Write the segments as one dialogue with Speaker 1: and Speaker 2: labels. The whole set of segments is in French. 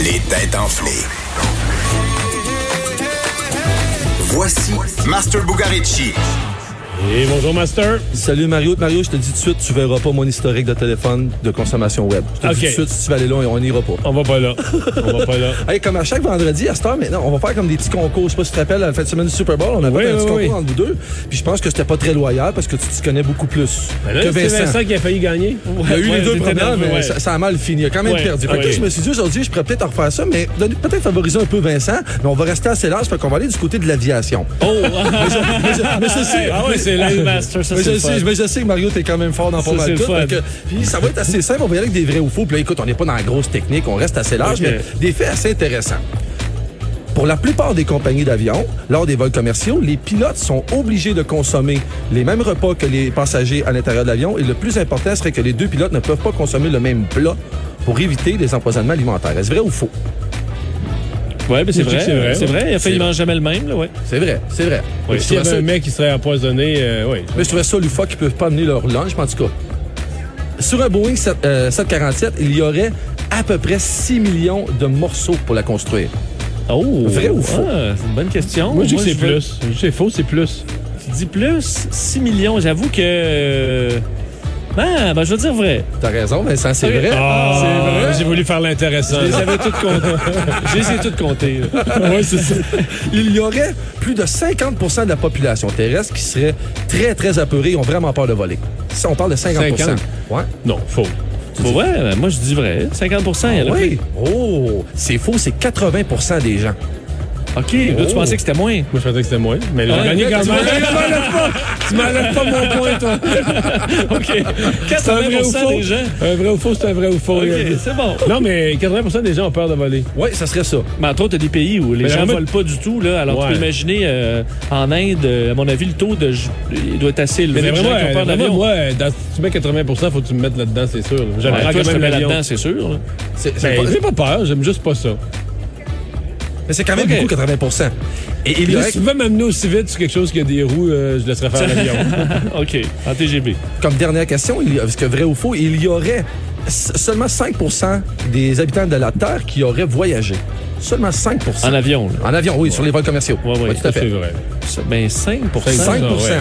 Speaker 1: Les têtes enflées. Voici Master Bugarici.
Speaker 2: Et bonjour, Master.
Speaker 3: Salut Mario. Mario, je te dis tout de suite, tu verras pas mon historique de téléphone de consommation web. Je te
Speaker 2: Ok.
Speaker 3: dis tout de suite, si tu vas aller là, on n'ira pas.
Speaker 2: On va pas là. On va pas là.
Speaker 3: Hey, comme à chaque vendredi, à cette heure maintenant, on va faire comme des petits concours. Je sais pas si tu te rappelles, la fin de semaine du Super Bowl, on avait
Speaker 2: Oui,
Speaker 3: fait un petit
Speaker 2: oui,
Speaker 3: concours
Speaker 2: oui.
Speaker 3: entre vous deux. Puis je pense que c'était pas très loyal parce que tu t'y connais beaucoup plus
Speaker 2: Ben là,
Speaker 3: que
Speaker 2: c'est
Speaker 3: Vincent.
Speaker 2: Vincent qui a failli gagner.
Speaker 3: Il y a eu les deux
Speaker 2: j'étais
Speaker 3: premières,
Speaker 2: nerveux,
Speaker 3: mais
Speaker 2: ouais.
Speaker 3: ça, ça a mal fini. Il a quand même
Speaker 2: Ouais,
Speaker 3: perdu. Fait que
Speaker 2: ouais.
Speaker 3: là, je me suis dit aujourd'hui, je pourrais peut-être en refaire ça, mais donner- peut-être favoriser un peu Vincent, mais on va rester assez large. Fait qu'on va aller du côté de l'aviation.
Speaker 2: Oh!
Speaker 3: Mais je- mais ceci-
Speaker 2: ah ouais, c'est là le master, ça
Speaker 3: Mais
Speaker 2: c'est
Speaker 3: je,
Speaker 2: le fun.
Speaker 3: sais, mais je sais que Mario, t'es quand même fort dans
Speaker 2: Ça, c'est
Speaker 3: pas mal
Speaker 2: le
Speaker 3: tout.
Speaker 2: fun.
Speaker 3: fait que- Puis ça va être assez simple. On va y aller avec des vrais ou faux. Puis là, écoute, on n'est pas dans la grosse technique. On reste assez large,
Speaker 2: Ok.
Speaker 3: mais des faits assez intéressants. Pour la plupart des compagnies d'avion, lors des vols commerciaux, les pilotes sont obligés de consommer les mêmes repas que les passagers à l'intérieur de l'avion. Et le plus important serait que les deux pilotes ne peuvent pas consommer le même plat pour éviter les empoisonnements alimentaires. Est-ce vrai ou faux?
Speaker 4: Ouais, mais c'est
Speaker 2: Je dis que
Speaker 4: vrai.
Speaker 2: c'est vrai,
Speaker 4: C'est
Speaker 2: ouais.
Speaker 4: vrai. Il a failli
Speaker 3: C'est-
Speaker 4: manger jamais le même, là, ouais.
Speaker 3: C'est vrai, c'est vrai.
Speaker 2: Ouais,
Speaker 3: Mais je
Speaker 2: S'il y
Speaker 3: trouvais
Speaker 2: avait
Speaker 3: ça-
Speaker 2: un mec qui serait empoisonné, euh, oui.
Speaker 3: Mais je trouvais ça loufoque qu'ils peuvent pas amener leur lunch, mais en tout cas. Sur un Boeing 7, euh, 747, il y aurait à peu près 6 millions de morceaux pour la construire.
Speaker 4: Oh!
Speaker 3: Vrai ou faux?
Speaker 4: Ah, c'est une bonne question.
Speaker 2: Moi, je dis que c'est
Speaker 4: veux-
Speaker 2: plus. Je dis que c'est faux, c'est plus.
Speaker 4: Tu dis plus? 6 millions, j'avoue que. euh, Ah, ben, je veux dire vrai.
Speaker 3: T'as raison, Vincent, c'est vrai.
Speaker 2: c'est vrai. Ah, J'ai voulu faire l'intéressant.
Speaker 4: Je les avais toutes comptées. Euh, Je les ai toutes comptées. là.
Speaker 2: ouais, c'est ça.
Speaker 3: Il y aurait plus de 50 de la population terrestre qui serait très, très apeurée et ont vraiment peur de voler. Ça, on parle de 50,
Speaker 2: 50.
Speaker 3: Ouais.
Speaker 2: Non, faux.
Speaker 4: Pour vrai, ben, moi, je dis vrai. 50 il y
Speaker 2: Ah
Speaker 4: en a
Speaker 3: Oui. Oh, c'est faux, c'est 80 des gens.
Speaker 4: plus. OK, là, tu
Speaker 2: Oh.
Speaker 4: pensais que c'était moins.
Speaker 2: Moi, je pensais que c'était moi. Mais il a
Speaker 4: Ah,
Speaker 2: gagné
Speaker 4: mais
Speaker 2: quand
Speaker 4: tu
Speaker 2: même.
Speaker 4: Tu m'enlèves pas mon point, toi. OK. 80 des gens.
Speaker 2: Un vrai ou faux, c'est un vrai ou faux.
Speaker 4: OK, c'est bon.
Speaker 2: Non, mais 80 des gens ont peur de voler.
Speaker 3: Oui, ça serait ça.
Speaker 4: Mais entre autres, t'as des pays où les
Speaker 2: Mais
Speaker 4: gens
Speaker 2: jamais-
Speaker 4: volent pas du tout. Là, alors,
Speaker 2: Ouais.
Speaker 4: tu peux imaginer, euh, en Inde, euh, à mon avis, le taux de, ju- il doit être assez élevé.
Speaker 2: Mais
Speaker 4: de gens
Speaker 2: vraiment,
Speaker 4: qui ont peur
Speaker 2: vraiment,
Speaker 4: d'avion.
Speaker 2: moi, dans- si tu mets 80 faut que tu me mettes là-dedans, c'est sûr. J'aime
Speaker 4: Ouais, toi, je te mets là-dedans, c'est sûr. là.
Speaker 3: C'est c'est
Speaker 2: Ben,
Speaker 3: pas-
Speaker 2: j'ai pas peur, j'aime juste pas ça.
Speaker 3: mais c'est quand même
Speaker 4: Ok.
Speaker 3: beaucoup, 80 Et il y
Speaker 2: Puis
Speaker 3: aurait
Speaker 2: si tu veux m'amener aussi vite sur quelque chose qui a des roues, euh, je laisserai faire l'avion.
Speaker 4: OK, en TGB.
Speaker 3: Comme dernière question, il y a- est-ce que vrai ou faux, il y aurait s- seulement 5 des habitants de la Terre qui auraient voyagé. Seulement 5
Speaker 4: En avion, là.
Speaker 3: En avion, oui, sur les vols commerciaux.
Speaker 4: Ouais, ouais,
Speaker 3: tout à
Speaker 2: c'est
Speaker 3: fait.
Speaker 2: vrai.
Speaker 4: Ça, Ben, 5
Speaker 3: 5
Speaker 2: Ah, ouais.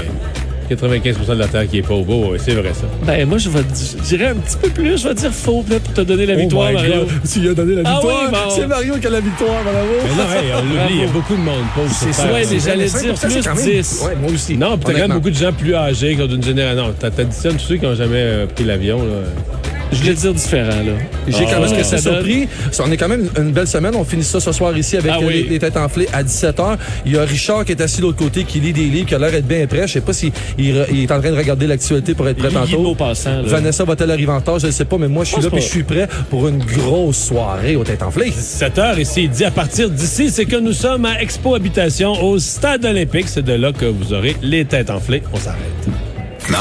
Speaker 2: 95 de la Terre qui est pauvre, ouais, ouais, c'est vrai ça.
Speaker 4: Ben, moi, je, vais, je dirais un petit peu plus. Je vais dire faux, là, pour te donner la
Speaker 2: Oh
Speaker 4: victoire,
Speaker 2: my
Speaker 4: Mario.
Speaker 2: God.
Speaker 3: Tu lui as donné la
Speaker 4: Ah
Speaker 3: victoire.
Speaker 4: oui, bon.
Speaker 3: C'est Mario qui a la victoire,
Speaker 2: Mais
Speaker 3: bravo.
Speaker 2: non, hey, on l'oublie, il y a beaucoup de monde pauvre sur
Speaker 4: C'est
Speaker 2: Terre.
Speaker 4: soit des-
Speaker 2: Ouais.
Speaker 4: j'allais
Speaker 3: Mais 5%,
Speaker 4: dire
Speaker 3: c'est quand
Speaker 4: plus
Speaker 3: même-
Speaker 4: 10.
Speaker 3: Ouais, moi aussi.
Speaker 2: Non, puis t'as quand même
Speaker 3: Honnêtement.
Speaker 2: beaucoup de gens plus âgés qui sont d'une génération. Non, t'as- t'additionnes tous ceux qui ont jamais euh, pris l'avion. là.
Speaker 4: Je voulais dire différent, là.
Speaker 3: J'ai quand
Speaker 4: Ah,
Speaker 3: même ce que ça
Speaker 4: ça donne.
Speaker 3: surpris. Ça, On est quand même une belle semaine. On finit ça ce soir ici avec
Speaker 4: Ah
Speaker 3: euh, les,
Speaker 4: oui.
Speaker 3: les têtes enflées à 17h. Il y a Richard qui est assis de l'autre côté, qui lit des livres, qui a l'air d'être bien prêt. Je sais pas s'il il re- il est en train de regarder l'actualité pour être prêt
Speaker 4: Il y a
Speaker 3: tantôt.
Speaker 4: beau passant, là.
Speaker 3: Vanessa va-t-elle arriver en retard? Je ne sais pas, mais moi, je suis
Speaker 4: pense
Speaker 3: là et
Speaker 4: pas.
Speaker 3: je suis prêt pour une grosse soirée aux têtes enflées.
Speaker 2: 17h ici, il dit à partir d'ici, c'est que nous sommes à Expo Habitation au Stade Olympique. C'est de là que vous aurez les têtes enflées. On s'arrête.